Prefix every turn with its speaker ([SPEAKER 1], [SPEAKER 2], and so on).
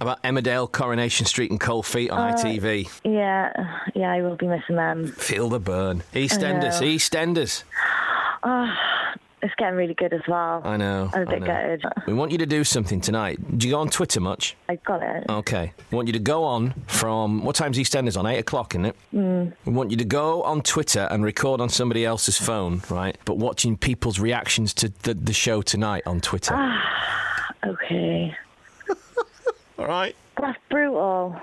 [SPEAKER 1] about Emmerdale, Coronation Street, and Cold Feet on ITV.
[SPEAKER 2] Yeah, yeah, I will be missing them.
[SPEAKER 1] Feel the burn. EastEnders,
[SPEAKER 2] know.
[SPEAKER 1] EastEnders.
[SPEAKER 2] It's getting really good as well.
[SPEAKER 1] I know.
[SPEAKER 2] I'm a
[SPEAKER 1] I
[SPEAKER 2] bit
[SPEAKER 1] know.
[SPEAKER 2] gutted.
[SPEAKER 1] We want you to do something tonight. Do you go on Twitter much?
[SPEAKER 2] I got it.
[SPEAKER 1] Okay. We want you to go on from what time's EastEnders on? Eight o'clock, isn't it? Mm. We want you to go on Twitter and record on somebody else's phone, right? But watching people's reactions to the, the show tonight on Twitter.
[SPEAKER 2] Okay.
[SPEAKER 1] All right.
[SPEAKER 2] That's brutal.